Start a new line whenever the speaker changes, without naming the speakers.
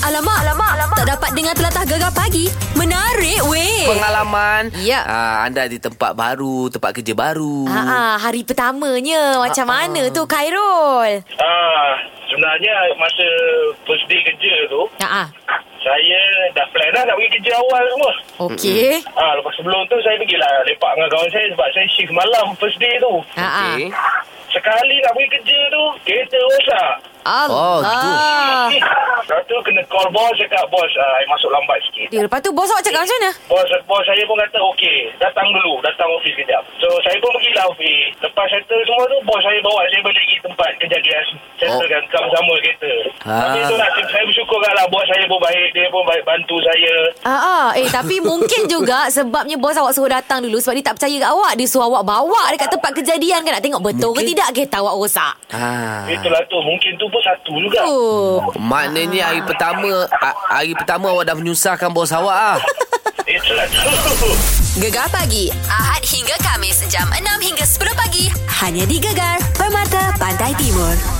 Alamak, alamak, alamak. Tak dapat dengar telatah gegar pagi. Menarik weh.
Pengalaman
Ya.
Ah, Anda di tempat baru Tempat kerja baru
Ah, ah, hari pertamanya macam mana tu Khairul?
Ah, sebenarnya masa first day kerja tu,
Ah, ah.
saya dah plan dah nak pergi kerja awal semua.
Okey.
Ah, lepas sebelum tu saya pergilah lepak dengan kawan saya sebab saya shift malam first day tu.
Ah, ah.
Okey.
Sekali nak pergi kerja tu, kereta rosak.
Allah.
Oh, tu.
Ah.
Lepas tu kena call bos cakap bos ah, I masuk lambat sikit.
Dia Eh, lepas tu bos awak cakap macam mana?
Bos, bos saya pun kata okey, datang dulu, datang office kejap. So saya pun pergilah office. Lepas settle semua tu, bos saya bawa saya balik pergi tempat kejadian settlekan oh. sama-sama kereta.
Ah.
Tapi tu lah, saya bersyukur lah bos saya pun baik, dia pun baik bantu saya.
Ah, ah. Eh, tapi mungkin juga sebabnya bos awak suruh datang dulu sebab dia tak percaya kat awak. Dia suruh awak bawa dekat tempat kejadian kan nak tengok betul mungkin. ke tidak kereta awak rosak.
Ah.
Itulah tu, mungkin tu pun satu juga.
Oh.
Hmm. Maknanya hari pertama ah, Hari pertama awak dah menyusahkan bos awak ah.
Itulah tu.
Gegar pagi Ahad hingga Kamis jam 6 hingga 10 pagi hanya di Gegar Permata Pantai Timur.